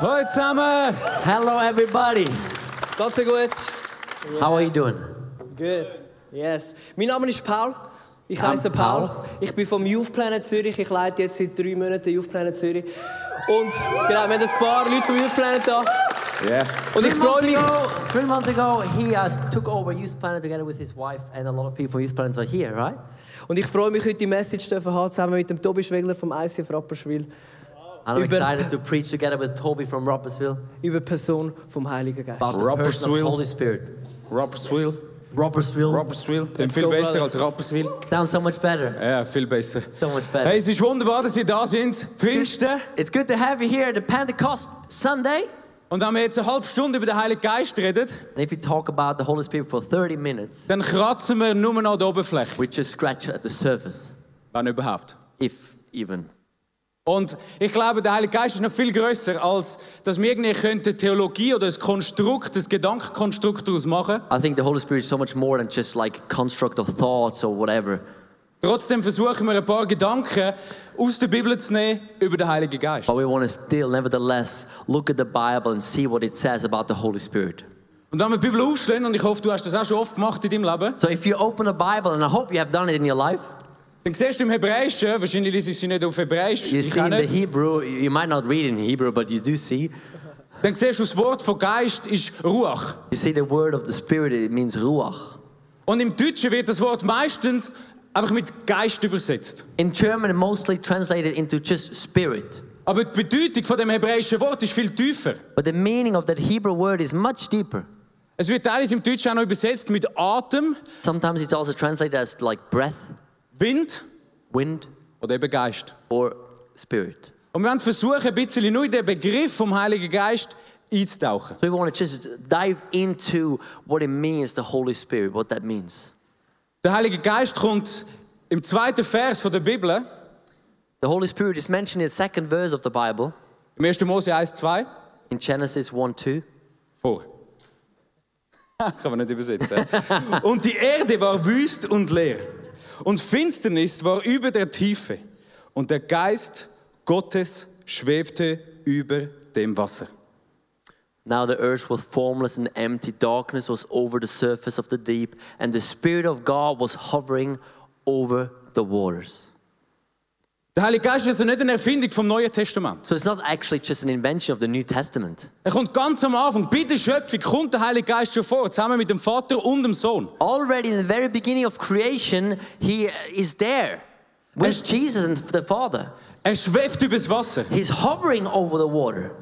Hoi zusammen! Hello, everybody. Ganz gut. How are you doing? Good. Yes. Mein Name ist Paul. Ich heiße Paul. Ich bin vom Youth Planet Zürich. Ich leite jetzt seit drei Monaten Youth Planet Zürich. Und genau, wir haben ein paar Leute vom Youth Planet da. Yeah. Und ich freue mich. ago, three months ago, he has took over Youth Planet together with his wife, and a lot of people from Youth Planet are here, right? Und ich freue mich, heute die Message dürfen haben, zusammen mit dem Tobi Schwegler vom ICF Rapperswil And I'm Über- excited to preach together with Toby from Robertsville über die Person vom Heiligen Geist. about the person of Robertsville. the Holy Spirit. Rapperswil. Robertsville Rapperswil. Dem viel go, besser brother. als Rapperswil. sounds so much better. Ja, viel besser. So much better. Hey, es ist wunderbar, dass ihr da sind. Pfingsten. It's good to have you here at the Pentecost Sunday. Und wenn wir jetzt eine halbe Stunde über den Heiligen Geist reden, And if you talk about the Holy Spirit for 30 minutes, dann kratzen wir nur noch die Oberfläche. we just scratch at the surface, Wenn überhaupt. if even. Und ich glaube, der Heilige Geist ist noch viel größer, als dass wir irgendwie könnten Theologie oder ein Konstrukt, ein Gedankenkonstrukt daraus machen. I think the Holy Spirit is so much more than just like construct of thoughts or whatever. Trotzdem versuchen wir ein paar Gedanken aus der Bibel zu nehmen über den Heiligen Geist. But we want to still, nevertheless, look at the Bible and see what it says about the Holy Spirit. Und wenn wir die Bibel aufschlagen, und ich hoffe, du hast das auch schon oft gemacht in deinem Leben, So if you open a Bible, and I hope you have done it in your life, dann siehst du im Hebräischen, wahrscheinlich liest du sie nicht auf Hebräisch, you ich see auch in the nicht, Hebrew, you might not read in Hebrew, but you do see. dann siehst du, das Wort von Geist ist Ruach. You see the word of the Spirit, it means Ruach. Und im Deutschen wird das Wort meistens einfach mit Geist übersetzt. In German, mostly translated into just spirit. Aber die Bedeutung von dem hebräischen Wort ist viel tiefer. But the meaning of that Hebrew word is much deeper. Es wird teilweise im Deutschen auch noch übersetzt mit Atem, Sometimes it's also translated as like breath, Wind wind, oder eben Geist. or spirit. Und wir werden versuchen, ein bisschen nur in den Begriff vom Heiligen Geist einzutauchen. So we want to just dive into what it means, the Holy Spirit, what that means. Der Heilige Geist kommt im zweiten Vers von der Bibel, The Holy Spirit is mentioned in the second verse of the Bible, im 1. Mose 1,2, in Genesis 1 2. vor. Kann man nicht übersetzen. hä? und die Erde war wüst und leer. Und Finsternis war über der Tiefe. Und der Geist Gottes schwebte über dem Wasser. Now the earth was formless and empty, darkness was over the surface of the deep, and the Spirit of God was hovering over the waters. Der Heilige Geist ist also nicht eine Erfindung vom Neuen Testament. So it's not actually just an invention of the New Testament. Er kommt ganz am Anfang, bei der Schöpfung kommt der Heilige Geist schon vor, zusammen mit dem Vater und dem Sohn. Already in the very beginning of creation, He uh, is there with Jesus and the Father. Er schwebt übers Wasser He's hovering over the water,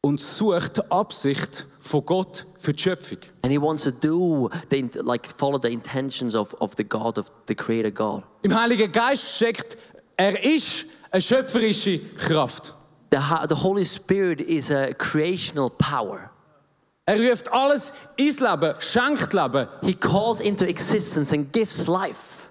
und sucht die Absicht von Gott für die Schöpfung. and He wants to do, the, int- like, follow the intentions of, of the God, of the Creator God. Im Heiligen Geist steckt, er ist eine schöpferische Kraft. The, ho- the Holy Spirit is a creational power. Er ruft alles ins Leben, schenkt Leben. He calls into existence and gives life.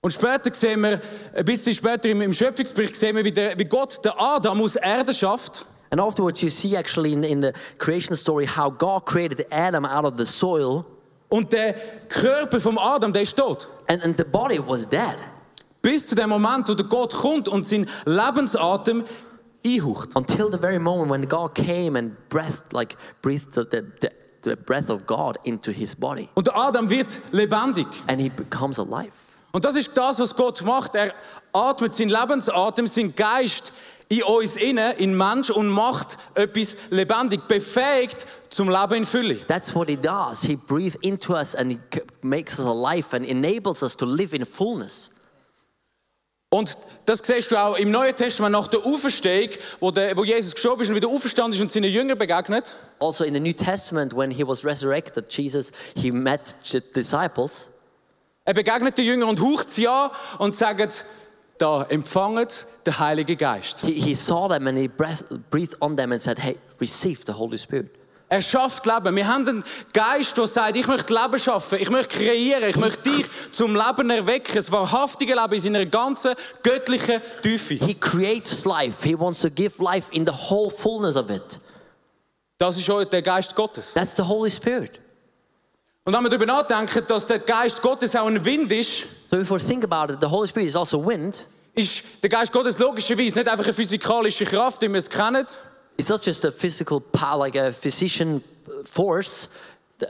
Und später sehen wir, ein bisschen später im, im Schöpfungsbericht sehen wir, wie, der, wie Gott den Adam aus Erde schafft. And afterwards, you see actually in the, in the creation story how God created Adam out of the soil, Und der Körper vom Adam, der ist tot. and, and the body was dead Bis zu dem Moment, wo der Gott kommt und seinen Lebensatem einhaucht. until the very moment when God came and breathed, like breathed the, the, the, the breath of God into his body, Und der Adam wird lebendig. and he becomes alive. Und das ist das, was Gott macht. Er atmet seinen Lebensatem, seinen Geist in uns inne, in den Mensch und macht etwas lebendig, befähigt zum Leben in Fülle. That's what he does. He breathes into us and he c- makes us alive and enables us to live in fullness. Und das siehst du auch im Neuen Testament nach der Auferstehung, wo, der, wo Jesus gestorben ist und wieder auferstanden ist und seinen Jüngern begegnet. Also, in the New Testament, when he was resurrected, Jesus, he met the disciples. Er begegnet den Jüngern und haucht sie an und sagt, da empfanget den Heiligen Geist. He, he saw them and he breath, breathed on them and said, Hey, receive the Holy Spirit. Er schafft Leben. Wir haben einen Geist, der sagt, ich möchte Leben schaffen, ich möchte kreieren, ich möchte dich zum Leben erwecken. Das wahrhaftige Leben in seiner ganzen göttlichen Tiefe. He creates life. He wants to give life in the whole fullness of it. Das ist heute der Geist Gottes. That's the Holy Spirit. Und wenn wir darüber nachdenken, dass der Geist Gottes auch ein Wind ist, So if we think about it, the Holy Spirit is also wind. ist der Geist Gottes logischerweise nicht einfach eine physikalische Kraft, die wir es kennen. It's not just a physical power, like a physician uh, force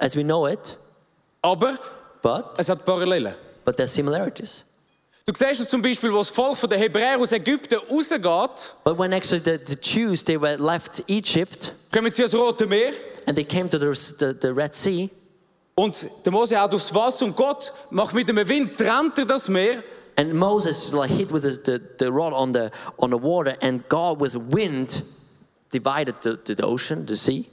as we know it, Aber but, es hat Parallelen. but there's similarities. Du siehst es zum Beispiel, wo das Volk von den Hebräer aus Ägypten rausgeht, But when actually the, the Jews, they were left Egypt kommen sie ans Rote Meer and they came to the, the, the Red Sea und der Mose haut aufs Wasser und Gott macht mit dem Wind, trennt er das Meer and Moses like hit with the, the, the rod on the, on the water and God with wind divided the, the, the ocean, the sea.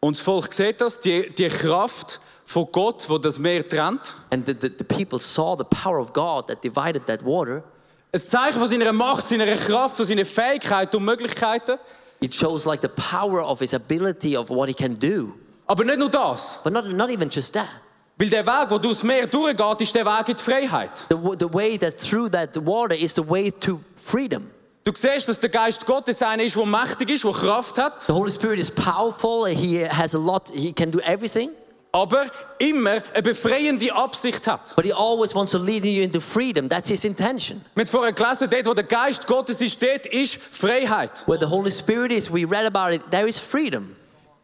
und das Volk sieht das, die, die Kraft von Gott, wo das Meer trennt. And the, the, the people saw the power of God that divided that water. Ein Zeichen von seiner Macht, seiner Kraft, von seiner Fähigkeit und Möglichkeiten. It shows like the power of his ability of what he can do. Aber nicht nur das, But not, not even just that. weil der Weg, wo du das Meer durchgeht, ist der Weg in die Freiheit. The, w- the way that through that water is the way to freedom. Du siehst, dass der Geist Gottes einer ist, der mächtig ist, der Kraft hat, The Holy Spirit is powerful. He has a lot. He can do everything. aber immer eine befreiende Absicht hat. But he always wants to lead you into freedom. That's his intention. Wir haben vorher gelesen, dort, wo der Geist Gottes ist, dort ist Freiheit. Where the Holy Spirit is, we read about it, there is freedom.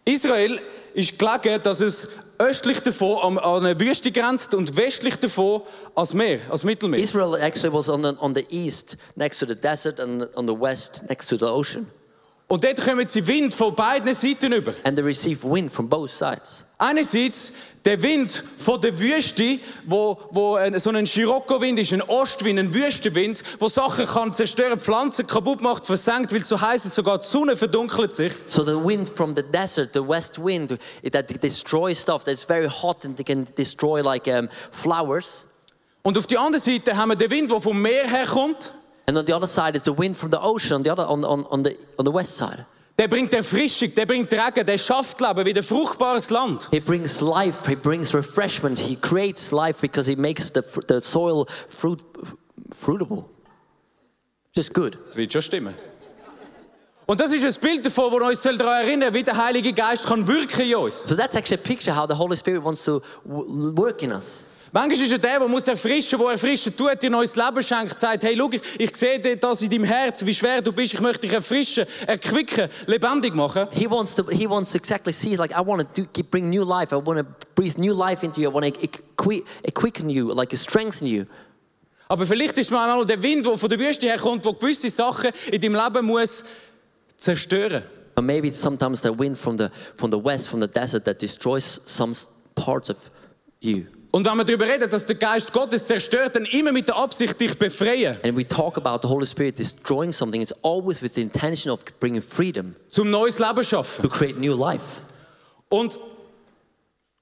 Israel ist gelegen, dass es östlich davon am- an eine Wüste grenzt und westlich davon ans Meer, ans Mittelmeer. Israel actually was on the, on the east, next to the desert, and on the west, next to the ocean. Und dort kommen sie Wind von beiden Seiten über. And they receive wind from both sides. Einerseits der Wind von der Wüste, wo, wo ein- so ein Scirocco-Wind ist, ein Ostwind, ein Wüstenwind, wo Sachen kann zerstören, Pflanzen kaputt macht, versenkt, weil es so heiß ist, sogar die Sonne verdunkelt sich. So the wind from the desert, the west wind, it, that destroys stuff that's very hot and they can destroy like um, flowers. Und auf der anderen Seite haben wir den Wind, der vom Meer herkommt. And on the other side is the wind from the ocean, on the, other, on, on, on the, on the west side. Der bringt Erfrischung, der bringt Regen, der schafft Leben, wieder fruchtbares Land. He brings life, he brings refreshment, he creates life because he makes the, fr- the soil fruit, fruitable. Just good. Das wird schon stimmen. Und das ist ein Bild davon, das uns daran erinnern soll, wie der Heilige Geist kann wirken in uns. So that's actually a picture how the Holy Spirit wants to w- work in us. Manchmal ist er der, der muss erfrischen, der erfrischen tut, dir neues Leben schenkt, sagt, hey, schau, ich, ich sehe dir das in deinem Herz, wie schwer du bist, ich möchte dich erfrischen, erquicken, lebendig machen. He wants to, he wants to exactly see, like, I want to do, keep- bring new life, I want to breathe new life into you, I want to equi- quicken you, like strengthen you. Aber vielleicht ist man auch der Wind, der von der Wüste herkommt, der gewisse Sachen in deinem Leben muss zerstören. Or maybe it's sometimes the wind from the, from the west, from the desert, that destroys some s- parts of you. Und wenn wir darüber reden, dass der Geist Gottes zerstört, dann immer mit der Absicht, dich befreien, And we talk about the Holy Spirit destroying something, it's always with the intention of bringing freedom zum neues Leben schaffen. to create new life. Und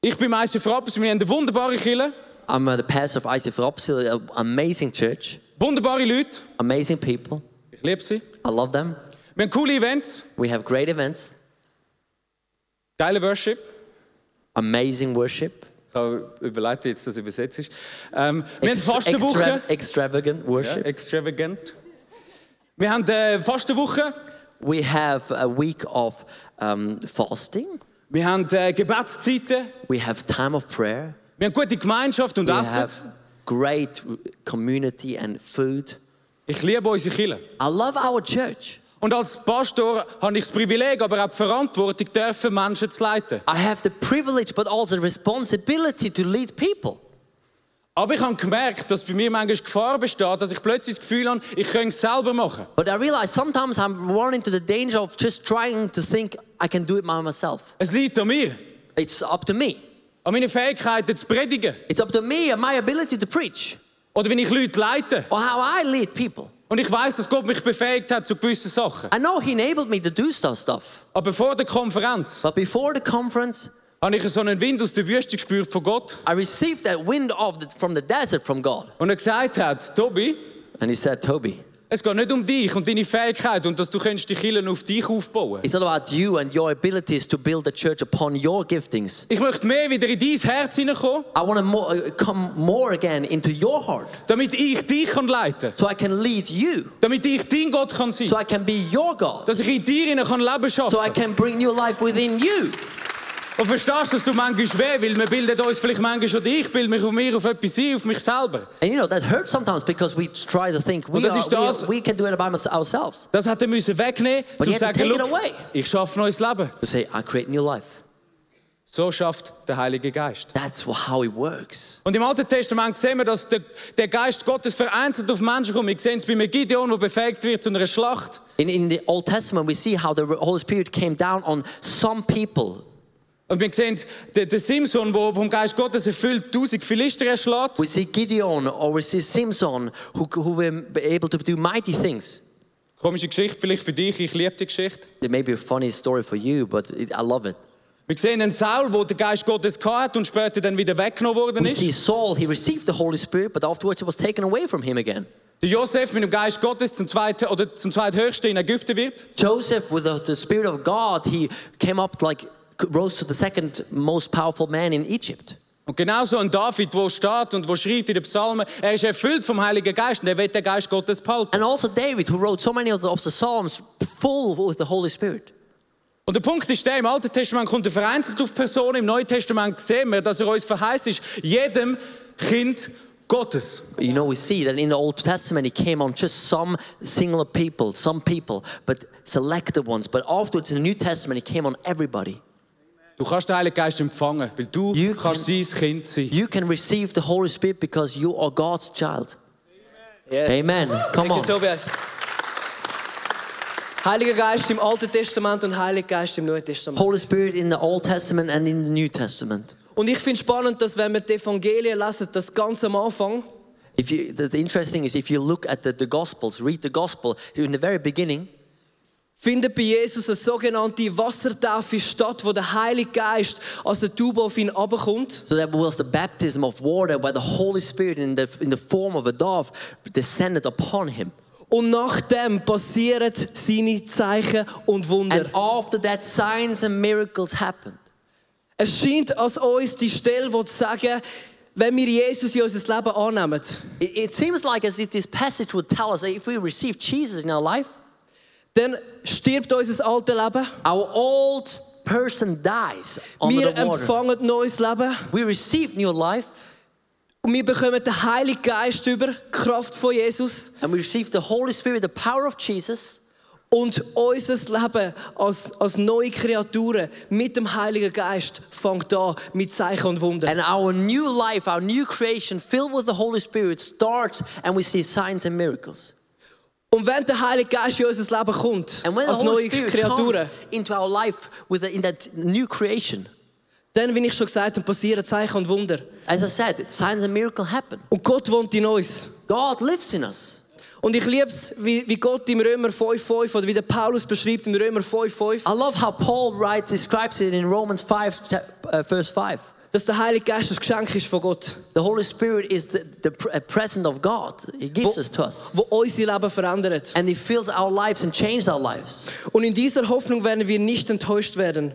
ich bin Meister Frappes, wir haben eine wunderbare Kirche, I'm uh, the pastor of ICF Rapsil, an amazing church, wunderbare Leute, amazing people. ich liebe sie. I love them. Wir haben coole Events, We have great events, geile Worship. amazing worship, Ich habe überlegt, wie jetzt das übersetzt ist. Ähm, wir Ex- haben Fastenwoche. extra- extravagant Ja, worship. extravagant. Wir haben äh, Fastenwoche. We have a week of um, fasting. Wir haben äh, Gebetszeiten. We have time of prayer. Wir haben gute Gemeinschaft und We Essen. have great community and food. Ich liebe unsere Kirche. I love our church. Und als Pastor habe ich das Privileg, aber auch die Verantwortung, dürfen, Menschen zu leiten. I have the privilege, but also the responsibility to lead people. Aber ich habe gemerkt, dass bei mir manchmal Gefahr besteht, dass ich plötzlich das Gefühl habe, ich könnte es selber machen. But I realize sometimes I'm run into the danger of just trying to think I can do it by myself. Es liegt an mir, It's up to me. an meinen Fähigkeiten zu predigen It's up to me and my ability to preach oder wenn ich Leute leite. or how I lead people. Und ich weiß, dass Gott mich befähigt hat zu gewissen Sachen. I know he enabled me to do some stuff, Aber vor der Konferenz but before the conference, habe ich so einen Wind aus der Wüste gespürt von Gott, I received that wind of the, from the desert from God. und er gesagt hat, Tobi, And he said, Toby, es geht nicht um dich und deine Fähigkeit und dass du könntest die Kirche auf dich aufbauen. it's not about you and your abilities to build the church upon your giftings. Ich möchte mehr wieder in dein Herz hineinkommen, I want to more, come more again into your heart damit ich dich kann leiten so I can lead you, damit ich dein Gott kann sein so kann, I can be your God, dass ich in dir hinein kann Leben schaffen so I can bring new life within you. Und verstehst du, dass du manchmal weh, weil wir bilden uns vielleicht manchmal schon dich, ich bilde mich auf mir auf etwas ein, auf mich selber. And you know, that hurts sometimes because we try to think we, das are- ist das- we, we can do it by mys- ourselves. Das hat er müssen wegnehmen, But zu he had to sagen, take it «Look, away.» ich schaffe neues Leben. To say, I create new life. So schafft der Heilige Geist. That's wh- how it works. Und im Alten Testament sehen wir, dass der, der Geist Gottes vereinzelt auf Menschen kommt. Wir sehen es bei einem Gideon, der befähigt wird zu einer Schlacht. In, in the Old Testament, we see how the Holy Spirit came down on some people. Und wir sehen den, den Simson, der vom Geist Gottes erfüllt 1000 Philister erschlägt. We see Gideon or we see Simpson who, who were able to do mighty things. Komische Geschichte, vielleicht für dich, ich liebe die Geschichte. It may be a funny story for you, but it, I love it. Wir sehen einen Saul, wo der Geist Gottes hatte und später dann wieder weggenommen worden We ist. see Saul, he received the Holy Spirit, but afterwards it was taken away from him again. Der Josef mit dem Geist Gottes zum, zweit, oder zum zweithöchsten in Ägypten wird. Joseph, with the, the Spirit of God, he came up like rose to the second most powerful man in Egypt. Und genauso ein David, wo steht und wo schreibt in den Psalmen, er ist erfüllt vom Heiligen Geist und er will den Geist Gottes behalten. And also David, who wrote so many of the, of the Psalms full with the Holy Spirit. Und der Punkt ist der, im Alten Testament kommt er vereinzelt auf Personen, im Neuen Testament sehen wir, dass er uns verheißt ist, jedem Kind Gottes. But You know, we see that in the Old Testament, he came on just some singular people, some people, but selected ones. But afterwards, in the New Testament, he came on everybody. Du kannst den Heiligen Geist empfangen, weil du You kannst sein Kind sein. You can receive the Holy Spirit because you are God's child. Yes. Amen. Come Danke, on. Tobias. Heiliger Geist im Alten Testament und Heiliger Geist im Neuen Testament. Holy Spirit in the Old Testament and in the New Testament. Und ich finde spannend, dass wenn wir die Evangelien lesen, das ganz am Anfang, If you, the, the interesting thing is, if you look at the, the Gospels, read the Gospel, in the very beginning, findet bei Jesus eine sogenannte Wassertaufe statt, wo der Heilige Geist aus der Tube auf ihn runterkommt. so that was the baptism of water where the Holy Spirit, in the, in the form of a dove, descended upon him. Und nachdem passieren seine Zeichen und Wunder. And after that, signs and miracles happened. es scheint als uns die Stelle, die sagen, wenn wir Jesus in unser Leben annehmen, It, it seems like as if this passage would tell us that if we receive Jesus in our life, dann stirbt unser altes Leben. our old person dies under Wir the water. empfangen neues Leben We receive new life und wir bekommen den Heiligen Geist über, die Kraft von Jesus. and we receive the Holy Spirit, the power of Jesus. Und unser Leben als, als neue Kreaturen mit dem Heiligen Geist fängt an mit Zeichen und Wunder. And our new life, our new creation filled with the Holy Spirit starts and we see signs and miracles. Und wenn der Heilige Geist in unser Leben kommt, And when the als Holy neue Spirit Kreaturen, comes into our life with the, in that new creation, dann, wie ich schon gesagt habe, passieren Zeichen und Wunder. as I said, signs and miracles happen. Und Gott wohnt in uns. God lives in us. Und ich liebe es, wie, wie Gott im Römer 5,5 oder wie der Paulus beschreibt im Römer 5,5, I love how Paul writes, describes it in Romans 5, chap- uh, verse 5. dass der Heilige Geist ein Geschenk ist von Gott, The Holy Spirit is the, the pr- a present of God. He gives Wo- us to us. wo unser Leben verändert. And He fills our lives and changes our lives. Und in dieser Hoffnung werden wir nicht enttäuscht werden.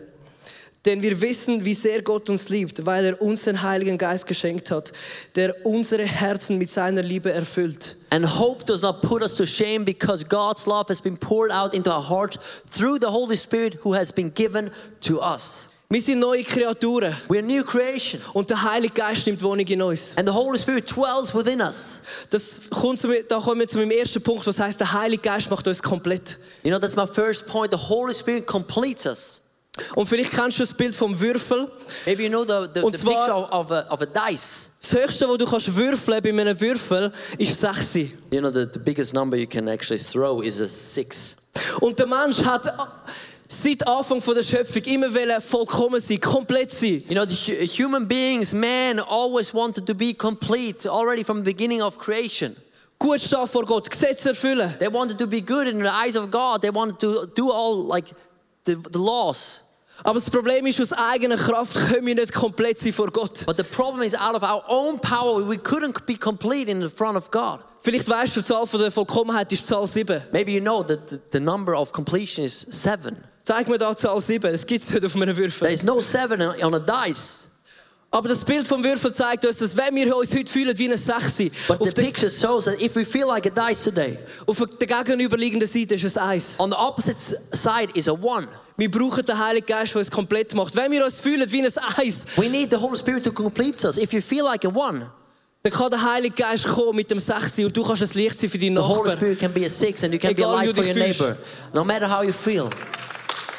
Denn wir wissen, wie sehr Gott uns liebt, weil er uns den Heiligen Geist geschenkt hat, der unsere Herzen mit seiner Liebe erfüllt. And hope does not put us to shame because God's love has been poured out into our hearts through the Holy Spirit who has been given to us. Wir sind neue Kreaturen We're new creation. und der Heilige Geist nimmt Wohnung in uns. And the Holy Spirit dwells within us. Das kommt zu, mir- da kommen wir zu meinem ersten Punkt, was heißt, der Heilige Geist macht uns komplett. You know, that's my first point. The Holy Spirit completes us. Und vielleicht kennst du das Bild vom Würfel. Maybe you know the, the, Und the zwar- picture of, of, a, of a dice. Das Höchste, was du kannst würfeln bei einem Würfel, ist 6. You know, the, the biggest number you can actually throw is a six. Und der Mensch hat äh, seit Anfang von der Schöpfung immer wollen vollkommen sein, komplett sein. You know, the hu- uh, human beings, man, always wanted to be complete already from the beginning of creation. gut stehen vor Gott, Gesetze erfüllen. They wanted to be good in the eyes of God. They wanted to do all like the, the laws. Aber das Problem ist, aus eigener Kraft können wir nicht komplett sein vor Gott. But the problem is, out of our own power, we couldn't be complete in the front of God. Vielleicht weißt du, die Zahl von der Vollkommenheit ist die Zahl 7. Maybe you know that the, the number of completion is seven. Zeig mir da die Zahl 7, das gibt es nicht auf einem Würfel. There is no seven on on a dice. Aber das Bild vom Würfel zeigt uns, dass wenn wir uns heute fühlen wie eine 6, But auf the der, picture shows that if we feel like a dice today, auf der gegenüberliegenden Seite ist es 1. on the opposite s- side is a one. Wir brauchen den Heiligen Geist, der uns komplett macht. Wenn wir uns fühlen wie ein Eis, We need the Holy Spirit to complete us. If you feel like a one, dann kann der Heilige Geist kommen mit dem Sechsi und du kannst ein Licht sein für deinen the Holy Nachbarn. Spirit can be a six and you can be a Egal, wie light du for dich your fühlst. neighbor. No matter how you feel.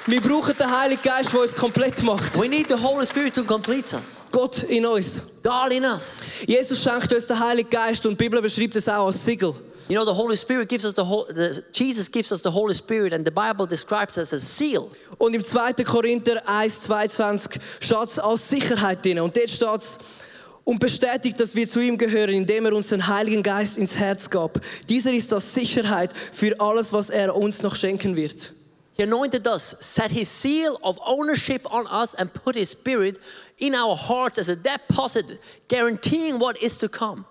Wir brauchen den Heiligen Geist, der uns komplett macht. We need the Holy Spirit to complete us. Gott in uns. God in us. Jesus schenkt uns den Heiligen Geist und die Bibel beschreibt es auch als Siegel. You know, the Holy Spirit gives us the, whole, the Jesus gives us the Holy Spirit and the Bible describes us as a seal. Und im 2. Korinther 1, 22 steht es als Sicherheit drin. Und dort steht es, und bestätigt, dass wir zu ihm gehören, indem er uns den Heiligen Geist ins Herz gab. Dieser ist als Sicherheit für alles, was er uns noch schenken wird. He anointed us, set his seal of ownership on us, and put his spirit in our hearts as a deposit, guaranteeing what is to come.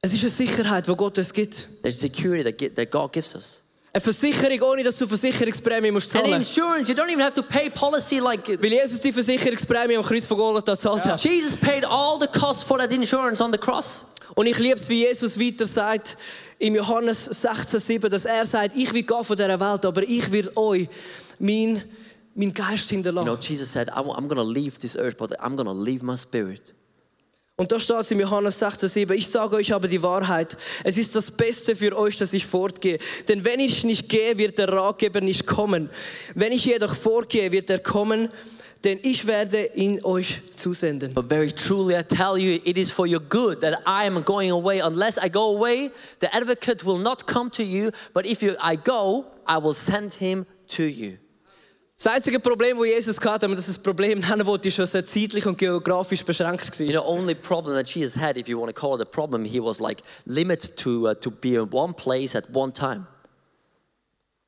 Es ist eine Sicherheit, die Gott uns gibt. There's security that, gi- that God gives us. Eine Versicherung, ohne dass du Versicherungsprämie musst And zahlen. insurance, you don't even have to pay policy like Weil Jesus die Versicherungsprämie am Kreuz von Golgatha gezahlt hat. Jesus paid all the cost for that insurance on the cross. Und ich liebe es, wie Jesus weiter sagt im Johannes 16,7, dass er sagt, ich will gehen von dieser Welt, aber ich will euch mein, mein Geist You hinterlassen. know, Jesus said, I am going to leave this earth, but I'm going to leave my spirit. Und da steht es im Johannes 16,7, ich sage euch aber die Wahrheit, es ist das Beste für euch, dass ich fortgehe. Denn wenn ich nicht gehe, wird der Ratgeber nicht kommen. Wenn ich jedoch vorgehe, wird er kommen, denn ich werde ihn euch zusenden. But very truly, I tell you, it is for your good that I am going away. Unless I go away, the advocate will not come to you. But if you, I go, I will send him to you. Das einzige Problem, das Jesus hatte, wenn man das als Problem nennen wollte, ist, dass er zeitlich und geografisch beschränkt war. You know, only problem that Jesus had, if you want to call it a problem, he was like limited to uh, to be in one place at one time.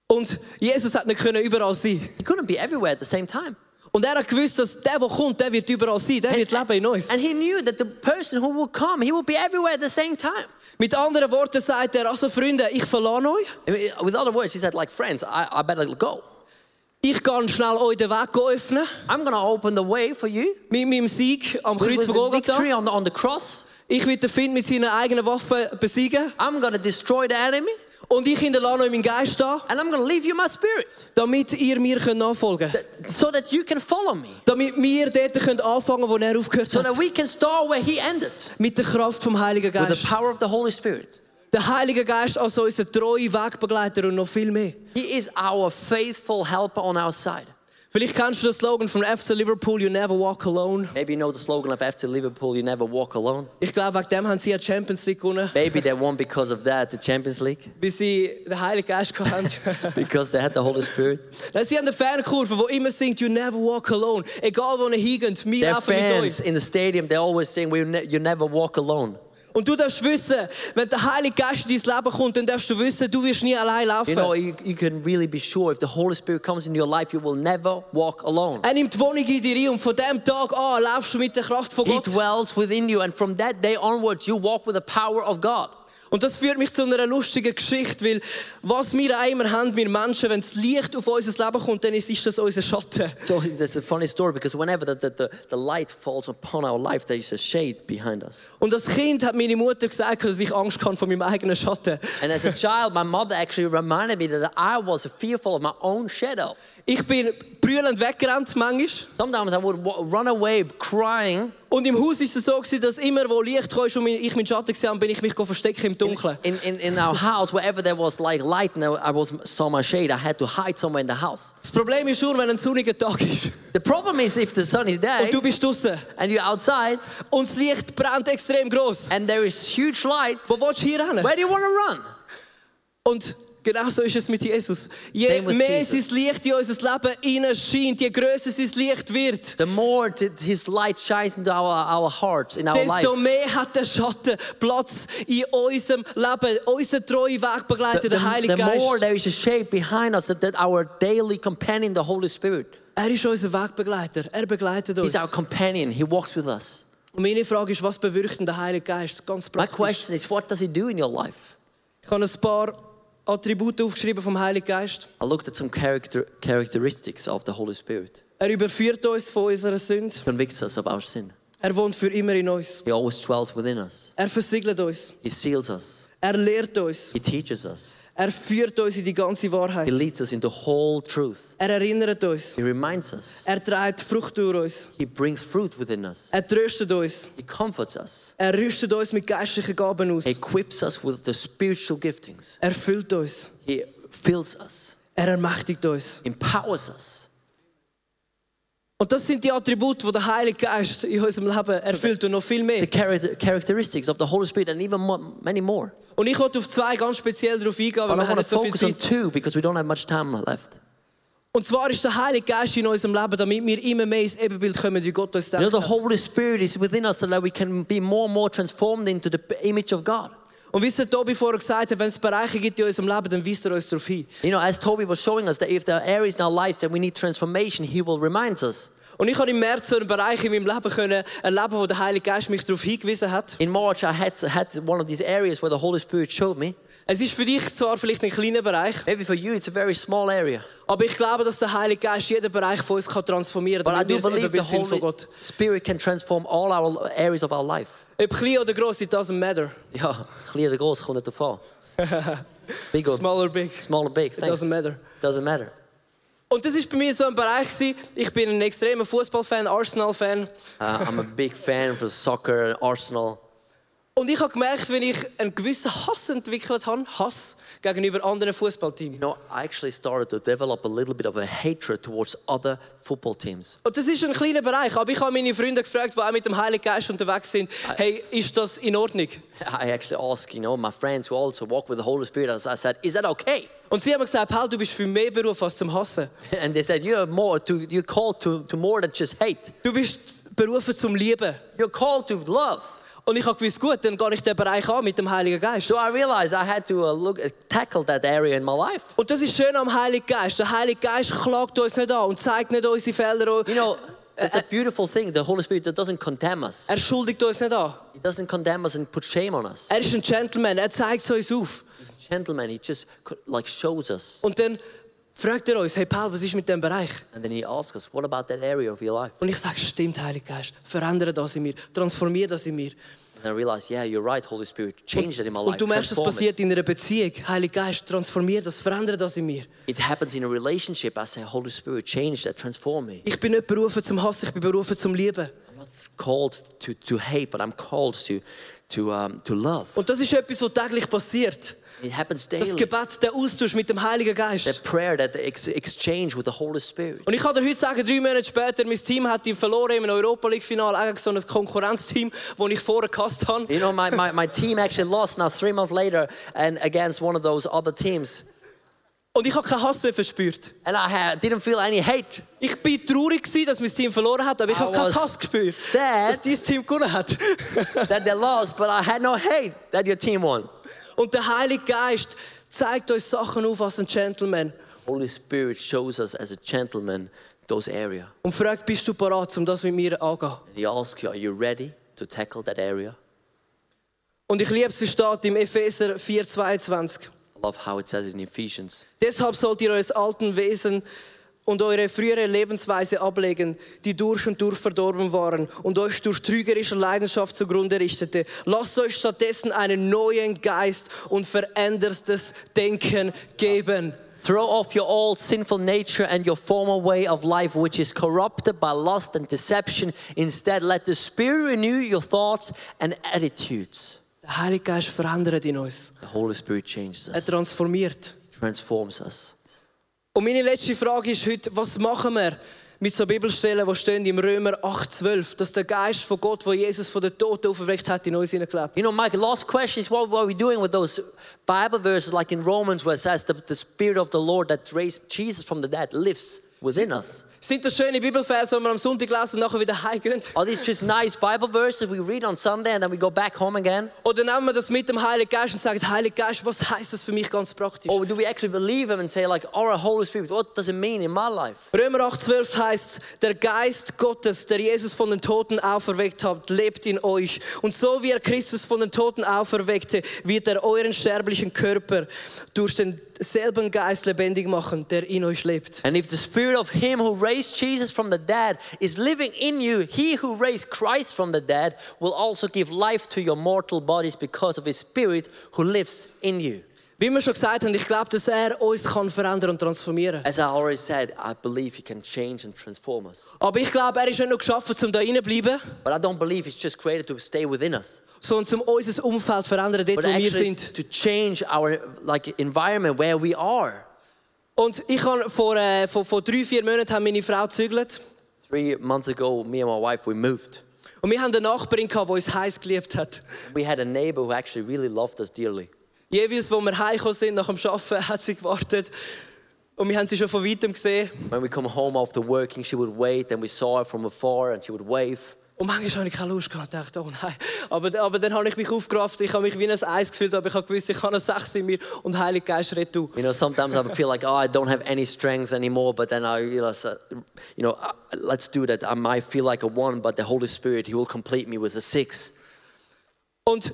Und Jesus hat nicht können überall sein. He couldn't be everywhere at the same time. Und er hat gewusst, dass der, der kommt, der wird überall sein, der wird leben in uns. And he knew that the person who would come, he would be everywhere at the same time. Mit anderen Worten sagt er, also Freunde, ich verlasse euch, I mean, with other words, he said, like friends, I, I better go. ich kann schnell euch den Weg öffnen I'm gonna open the way for you. mit meinem Sieg am With, Kreuz with von the victory Golgatha. on the, on the cross, Ich werde den Feind mit seinen eigenen Waffen besiegen I'm gonna destroy the enemy, und ich hinterlasse euch meinen Geist da, and I'm gonna leave you my spirit, damit ihr mir könnt nachfolgen könnt. so that you can follow me, Damit wir dort könnt anfangen, wo er aufgehört so that hat. we can start where he ended, Mit der Kraft vom Heiligen with the Geist. power of the Holy Spirit. Der Heilige Geist als unser treuer Wegbegleiter und noch viel mehr. He is our faithful helper on our side. Vielleicht kennst du den Slogan von FC Liverpool, You never walk alone. Maybe you know the slogan of FC Liverpool: "You never walk alone." Ich glaube, wegen dem haben sie ja die Champions League gewonnen, Maybe they won because of that, the Champions League, weil sie den Heiligen Geist gehabt haben. because they had the Holy Spirit. Nein, sie haben eine Fankurve, die immer singt, you never walk alone. Egal, wo ihr hingeht, wir Their laufen mit fans euch. in the stadium, they always saying, "We ne- you never walk alone." Und du darfst wissen, wenn der Heilige Geist in dein Leben kommt, dann darfst du wissen, du wirst nie allein laufen. You know, you, you can really be sure if the Holy Spirit comes in your life, you will never walk alone. er nimmt die Wohnung in dir rein und von dem Tag an laufst du mit der Kraft von He Gott. dwells within you, and from that day onwards, you walk with the power of God. Und das führt mich zu einer lustigen Geschichte, weil was wir auch immer haben, wir Menschen, wenn das Licht auf unser Leben kommt, dann ist ist das unser Schatten. So it's a funny story because whenever the, the, the, the light falls upon our life, there is a shade behind us. Und als Kind hat meine Mutter gesagt, dass ich Angst kann von meinem eigenen Schatten. And as a child, my mother actually reminded me that I was fearful of my own shadow. Ich bin brüllend weggerannt manchmal. Sometimes I would wa- run away crying. Und im Haus ist es so gewesen, dass immer, wo Licht kam und ich meinen Schatten gesehen habe, bin ich mich verstecken im Dunkeln. In, in, in our house, wherever there was like light and I was, saw my shade, I had to hide somewhere in the house. Das Problem ist schon, wenn ein sonniger Tag ist The problem is if the sun is there und du bist draußen and you're outside und das Licht brennt extrem groß. and there is huge light, Wo willst du hier hin? where do you want to run? Und genau so ist es mit Jesus. Je Same with mehr Jesus. sein Licht in unser Leben rein scheint, je grösser sein Licht wird, The more that His light shines into our, our hearts, in our life, desto mehr hat der Schatten Platz in unserem Leben. Unser treue Wegbegleiter, the, der Heilige the more Geist. there is a shade behind us that, that our daily companion, the Holy Spirit, Er ist unser Wegbegleiter. Er begleitet uns. He's our companion. He walks with us. Und meine Frage ist, was bewirkt denn der Heilige Geist? Ganz My praktisch. question is, what does He do in your life? Ich habe ein paar Attribute aufgeschrieben vom Heiligen Geist. I looked at some character, characteristics of the Holy Spirit. Er überführt uns von unserer Sünde. Convicts us of our sin. Er wohnt für immer in uns. He always dwells within us. Er versiegelt uns. He seals us. Er lehrt uns. He teaches us. Er führt uns in die ganze He Wahrheit. leads us into whole truth. Er erinnert uns. He reminds us. Er trägt Frucht durch uns. He brings fruit within us. Er tröstet uns. He comforts us. Er rüstet uns mit geistlichen Gaben aus. He equips us with the spiritual giftings. Er füllt uns. He fills us, Er ermächtigt uns. empowers us. Und das sind die Attribute, die der Heilige Geist in unserem Leben erfüllt und noch viel The mehr. chara- characteristics of the Holy Spirit and even more, many more. Und ich wollte auf zwei ganz speziell darauf eingehen, weil But wir I haben want to nicht so viel focus on Zeit. two because we don't have much time left. Und zwar ist der Heilige Geist in unserem Leben, damit wir immer mehr ins Ebenbild kommen, wie Gott uns You know, denkt. the Holy Spirit is within us so that we can be more and more transformed into the p- image of God. Und wie es der Tobi vorher gesagt hat, wenn es Bereiche gibt in unserem Leben, dann weist er uns darauf hin. You know, as Toby was showing us, that if there are areas in our lives that we need transformation, he will remind us. Und ich habe im März so einen Bereich in meinem Leben können erleben, wo der Heilige Geist mich darauf hingewiesen hat. In March, I had, had one of these areas where the Holy Spirit showed me. Es ist für dich zwar vielleicht ein kleiner Bereich, Maybe for you, it's a very small area. aber ich glaube, dass der Heilige Geist jeden Bereich von uns kann transformieren But kann, I damit wir do das believe the Ebenbild sind von Holy Gott. Spirit can transform all our areas of our life. Ob klein oder gross, it doesn't matter. Ja, clear the goals, gewoon te fall. Big or Small or big, it small or big, thanks. doesn't matter. Doesn't matter. Und das ist bei mir so ein Bereich gewesen. Ich bin ein extremer Fußballfan, Arsenal-Fan. Uh, I'm a big fan for soccer, Arsenal. Und ich habe gemerkt, wenn ich einen gewissen Hass entwickelt habe, Hass gegenüber anderen Fußballteams. You know, I actually started to develop a little bit of a hatred towards other football teams. Und das ist ein kleiner Bereich, aber ich habe meine Freunde gefragt, die auch mit dem Heiligen Geist unterwegs sind, hey, ist das in Ordnung? I actually asked, you know, my friends who also walk with the Holy Spirit, I said, is that okay? Und sie haben gesagt, Paul, du bist für mehr Beruf als zum Hassen. And they said, you're more to, you're called to, to more than just hate. Du bist berufen zum Lieben. You're called to love. Und ich habe gewusst, gut, dann gehe ich den Bereich an mit dem Heiligen Geist. So I realized I had to uh, look tackle that area in my life. Und das ist schön am Heiligen Geist. Der Heilige Geist klagt uns nicht an und zeigt nicht unsere Fehler You an. know, it's a beautiful thing. The Holy Spirit that doesn't condemn us. Er schuldigt uns nicht an. He doesn't condemn us and put shame on us. Er ist ein Gentleman, er zeigt es uns auf. He's a gentleman. He just co- like shows us, Und dann fragt er uns, hey Paul, was ist mit dem Bereich? and then he asks us, "What about that area of your life?" Und ich sage, stimmt, Heiliger Geist, verändere das in mir, transformiere das in mir. And I realize, yeah, you're right, Holy Spirit. Change that in my life. Und du merkst, es Transform it. passiert in einer Beziehung. Heiliger Geist, transformiere das, verändere das in mir. It happens in a relationship. I say, Holy Spirit, change that, transform me. Ich bin nicht berufen zum Hass, ich bin berufen zum Lieben. I'm not called to, to hate, but I'm called to to um, to love. Und das ist etwas, was täglich passiert. It happens Das daily. Gebet, der Austausch mit dem Heiligen That Geist. prayer, that ex- exchange with the Holy Spirit. Und ich kann dir heute sagen, drei Monate später, mein Team hat ihn verloren im Europa League-Finale gegen so ein Konkurrenzteam, das ich vorher gehasst habe. You know, my, my, my team actually lost now three months later and against one of those other teams. Und ich habe keinen Hass mehr verspürt. And I had, didn't feel any hate. Ich bin traurig, gewesen, dass mein Team verloren hat, aber ich I habe keinen was Hass gespürt, sad. dass dein Team gewonnen hat. that they lost, but I had no hate that your team won. Und der Heilige Geist zeigt uns Sachen auf als ein Gentleman Holy Spirit shows us as a gentleman those area. und fragt, bist du bereit, um das mit mir anzugehen? And he asks you, are you ready to tackle that area? Und ich liebe es, es steht im Epheser 4,22. I love how it says it in Ephesians. Deshalb sollt ihr eures alten Wesen und eure frühere Lebensweise ablegen, die durch und durch verdorben waren und euch durch trügerische Leidenschaft zugrunde richtete. Lasst euch stattdessen einen neuen Geist und verändertes Denken geben. Throw off your old sinful nature and your former way of life, which is corrupted by lust and deception. Instead, let the Spirit renew your thoughts and attitudes. Der Heilige Geist verändert in uns. The Holy Spirit changes Er us, transformiert. transforms us. Und meine letzte Frage ist heute, was machen wir mit so Bibelstellen, die stehen im Römer 8,12, dass der Geist von Gott, wo Jesus von den Toten auferweckt hat, in uns hineingelebt. You know, Mike, last question is what were we doing with those Bible verses like in Romans where it says the, the Spirit of the Lord that raised Jesus from the dead lives within us? Sind das schöne Bibelverse, die wir am Sonntag lesen und nachher wieder heimgehen? Are these just nice Bible verses we read on Sunday and then we go back home again? Oder nehmen wir das mit dem Heiligen Geist und sagen, Heiliger Geist, was heißt das für mich ganz praktisch? Or do we actually believe Him and say, like, oh, Holy Spirit, what does it mean in my life? Römer 8,12 heißt, der Geist Gottes, der Jesus von den Toten auferweckt hat, lebt in euch. Und so wie er Christus von den Toten auferweckte, wird er euren sterblichen Körper durch denselben Geist lebendig machen, der in euch lebt. And if the Spirit of Him who raised Jesus from the dead is living in you, He who raised Christ from the dead will also give life to your mortal bodies because of His Spirit who lives in you. Wie wir schon gesagt haben, ich glaube, dass er uns kann verändern und transformieren kann. As I already said, I believe He can change and transform us. Aber ich glaube, er ist nicht nur geschaffen, um da reinbleiben, But I don't believe He's just created to stay within us. sondern um unser Umfeld zu verändern, dort, But wo wir actually sind. to change our like environment where we are. Und ich habe vor, äh, vor, vor drei, vier Monaten haben meine Frau gezügelt. Three months ago, me and my wife we moved. Und wir haben eine Nachbarin, gehabt, die uns heiß geliebt hat. We had a neighbor who actually really loved us dearly. Jeweils, wo wir heimgekommen sind nach dem Arbeiten, hat sie gewartet. Und wir haben sie schon von weitem gesehen. When we come home after working, she would wait, and we saw her from afar, and she would wave. Und manchmal habe ich keine Lust gehabt und dachte, oh nein. Aber, aber dann habe ich mich aufgerafft, ich habe mich wie ein Eis gefühlt, aber ich habe gewusst, ich habe eine Sechs in mir und Heilige Geist, red du. You know, sometimes I would feel like, oh, I don't have any strength anymore. But then I realize, that, you know, uh, let's do that. I might feel like a one, but the Holy Spirit, He will complete me with a six. Und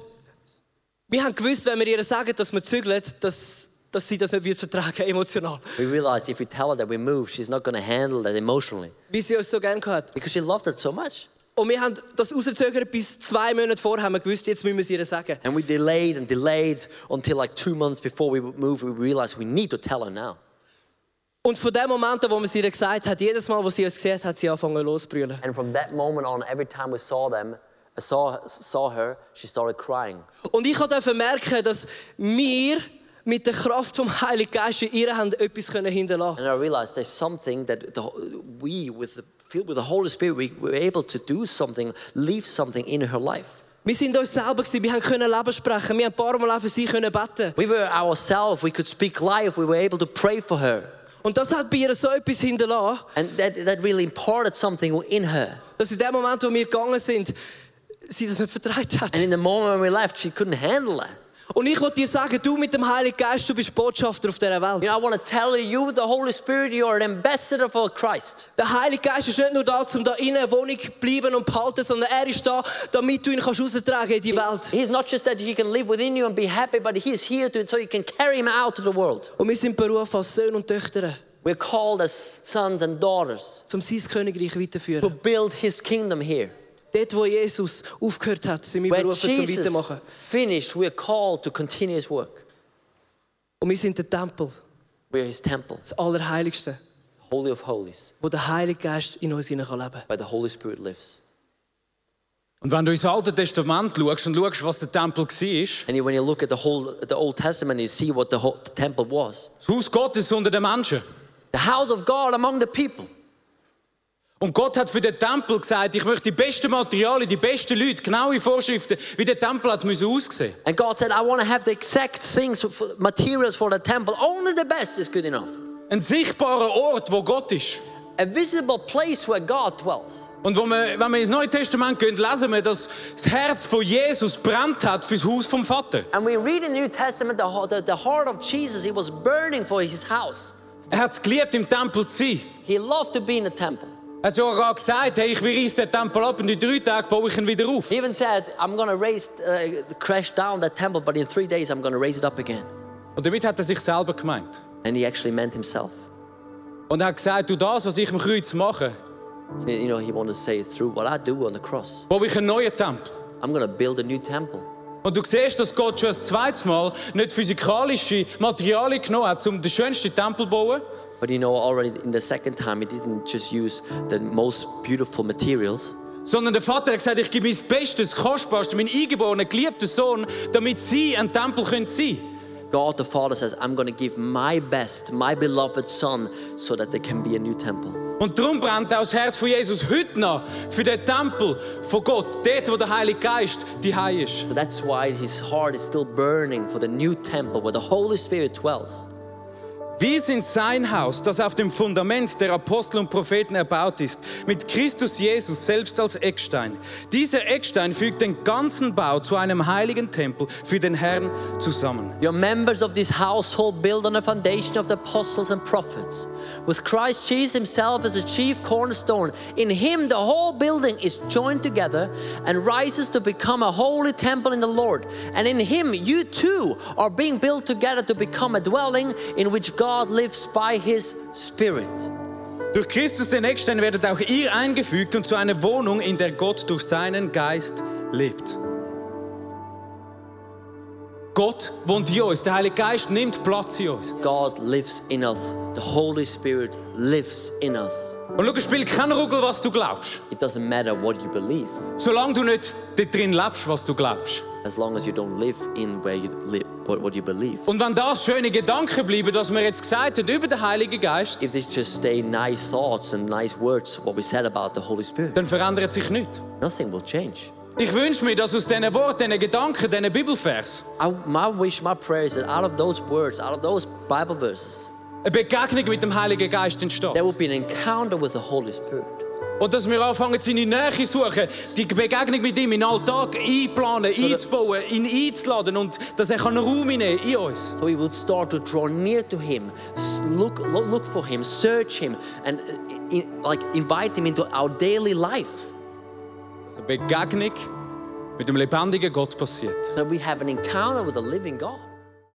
wir haben gewusst, wenn wir ihr sagen, dass wir zügeln, dass, dass sie das nicht wird vertragen emotional. We realized if we tell her that we move, she's not going to handle that emotionally Wie sie uns so gerne gehabt hat. because she loved it so much. Und wir haben das rausgezögert bis zwei Monate vorher, haben wir gewusst, jetzt müssen wir es ihr sagen. And we delayed and delayed until like two months before we would move. We realized we need to tell her now. Und von dem Moment an, wo wir es ihr gesagt hat, jedes Mal, wo sie uns gesehen hat, hat sie angefangen loszubrüllen. And from that moment on, every time we saw them, saw saw her, she started crying. Und ich durfte merken, dass wir mit der Kraft vom Heiligen Geist in ihr haben etwas können hinterlassen And I realized there's something that the, we, with the, filled with the Holy Spirit, we were able to do something, leave something in her life. Wir sind uns selber, gewesen, wir haben können Leben sprechen, wir haben ein paar Mal auch für sie können beten. We were ourselves. We could speak life. We were able to pray for her, Und das hat bei ihr so etwas hinterlassen, and that, that really imparted something in her. dass in dem Moment, wo wir gegangen sind, sie das nicht vertreibt hat. And in the moment when we left, she couldn't handle it. Und ich wollte dir sagen, du mit dem Heiligen Geist, du bist Botschafter auf dieser You Welt. know, I want to tell you, you, the Holy Spirit, you are an ambassador for Christ. Der Heilige Geist ist nicht nur da, um da in eine Wohnung zu bleiben und zu behalten, sondern er ist da, damit du ihn kannst raustragen in die Welt. He's not just that he can live within you and be happy, but he is here to so you can carry him out to the world. Und wir sind berufen als Söhne und Töchter, We're called as sons and daughters um sein Königreich weiterzuführen. to build his kingdom here. Dort, wo Jesus aufgehört hat, sind wir Where berufen um zum Jesus Weitermachen. finished, we're called to continue his work. Und wir sind der Tempel, We're his temple, das Allerheiligste, holy of holies, wo der Heilige Geist in uns hinein kann leben kann. where the Holy Spirit lives. Und wenn du ins Alte Testament schaust und schaust, was der Tempel war, And when you look at the whole the Old Testament, you see what the, whole, the temple was. das Haus Gottes unter den Menschen. The house of God among the people. Und Gott hat für den Tempel gesagt, ich möchte die besten Materialien, die besten Leute, genaue Vorschriften, wie der Tempel hat müssen aussehen And God said, I want to have the exact things, for- materials for the temple. Only the best is good enough. Ein sichtbarer Ort, wo Gott ist. A visible place where God dwells. Und wo wir, wenn wir ins Neue Testament gehen, lesen wir, dass das Herz von Jesus brennt hat fürs Haus vom Vater. And we read in the New Testament the, heart- the, the heart of Jesus, he was burning for his house. Er hat es geliebt, im Tempel zu sein. He loved to be in the temple. Er hat sogar gesagt, hey, ich reiße den Tempel ab und in drei Tagen baue ich ihn wieder auf. He even said, I'm going to raise, uh, crash down that temple, but in three days I'm going to raise it up again. Und damit hat er sich selber gemeint. And he actually meant himself. Und er hat gesagt, du das, was ich am Kreuz mache, You know, he wanted to say, through what I do on the cross, baue ich einen neuen Tempel. I'm going to build a new temple. Und du siehst, dass Gott schon das zweite Mal nicht physikalische Materialien genommen hat, um den schönsten Tempel zu bauen, But you know, already in the second time, he didn't just use the most beautiful materials, sondern der Vater hat gesagt, ich gebe mein Bestes, Kostbarste, meinen eingeborenen, geliebten Sohn, damit sie ein Tempel können sein können. God the Father says, I'm going to give my best, my beloved Son, so that there can be a new temple. Und darum brennt auch das Herz von Jesus heute noch für den Tempel von Gott, dort, wo der Heilige Geist die Hei ist. So that's why his heart is still burning for the new temple where the Holy Spirit dwells. Wir sind sein Haus, das auf dem Fundament der Apostel und Propheten erbaut ist, mit Christus Jesus selbst als Eckstein. Dieser Eckstein fügt den ganzen Bau zu einem heiligen Tempel für den Herrn zusammen. You're members of this household built on the foundation of the apostles and prophets, with Christ Jesus himself as the chief cornerstone. In him, the whole building is joined together and rises to become a holy temple in the Lord. And in him, you too are being built together to become a dwelling in which God lives by his Spirit. Durch Christus den Eckstein werdet auch ihr eingefügt und zu einer Wohnung, in der Gott durch seinen Geist lebt. Gott wohnt in uns. Der Heilige Geist nimmt Platz in uns. God lives in us. The Holy Spirit lives in us. Und schau, es spielt keinen Ruckel, was du glaubst. It doesn't matter what you believe, Solange du nicht dort drin lebst, was du glaubst. as long as you don't live in where you live, what, what you believe. Und wenn das schöne Gedanken bleiben, was wir jetzt gesagt haben über den Heiligen Geist, If this just stay nice thoughts and nice words, what we said about the Holy Spirit, dann verändert sich nichts. nothing will change. Ich wünsche mir, dass aus diesen Worten, diesen Gedanken, diesen Bibelvers I, my wish, my prayer is that out of those words, out of those Bible verses, eine Begegnung mit dem Heiligen Geist entsteht. there will be an encounter with the Holy Spirit. Und dass wir anfangen, seine Nähe zu suchen, die Begegnung mit ihm in den Alltag einplanen, that- einzubauen, ihn einzuladen und dass er einen Raum einnehmen kann in uns. So we will start to draw near to Him, s- look, lo- look for Him, search Him, and uh, in, like invite Him into our daily life. Dass eine Begegnung Also mit dem lebendigen Gott passiert. So that we have an encounter with the living God.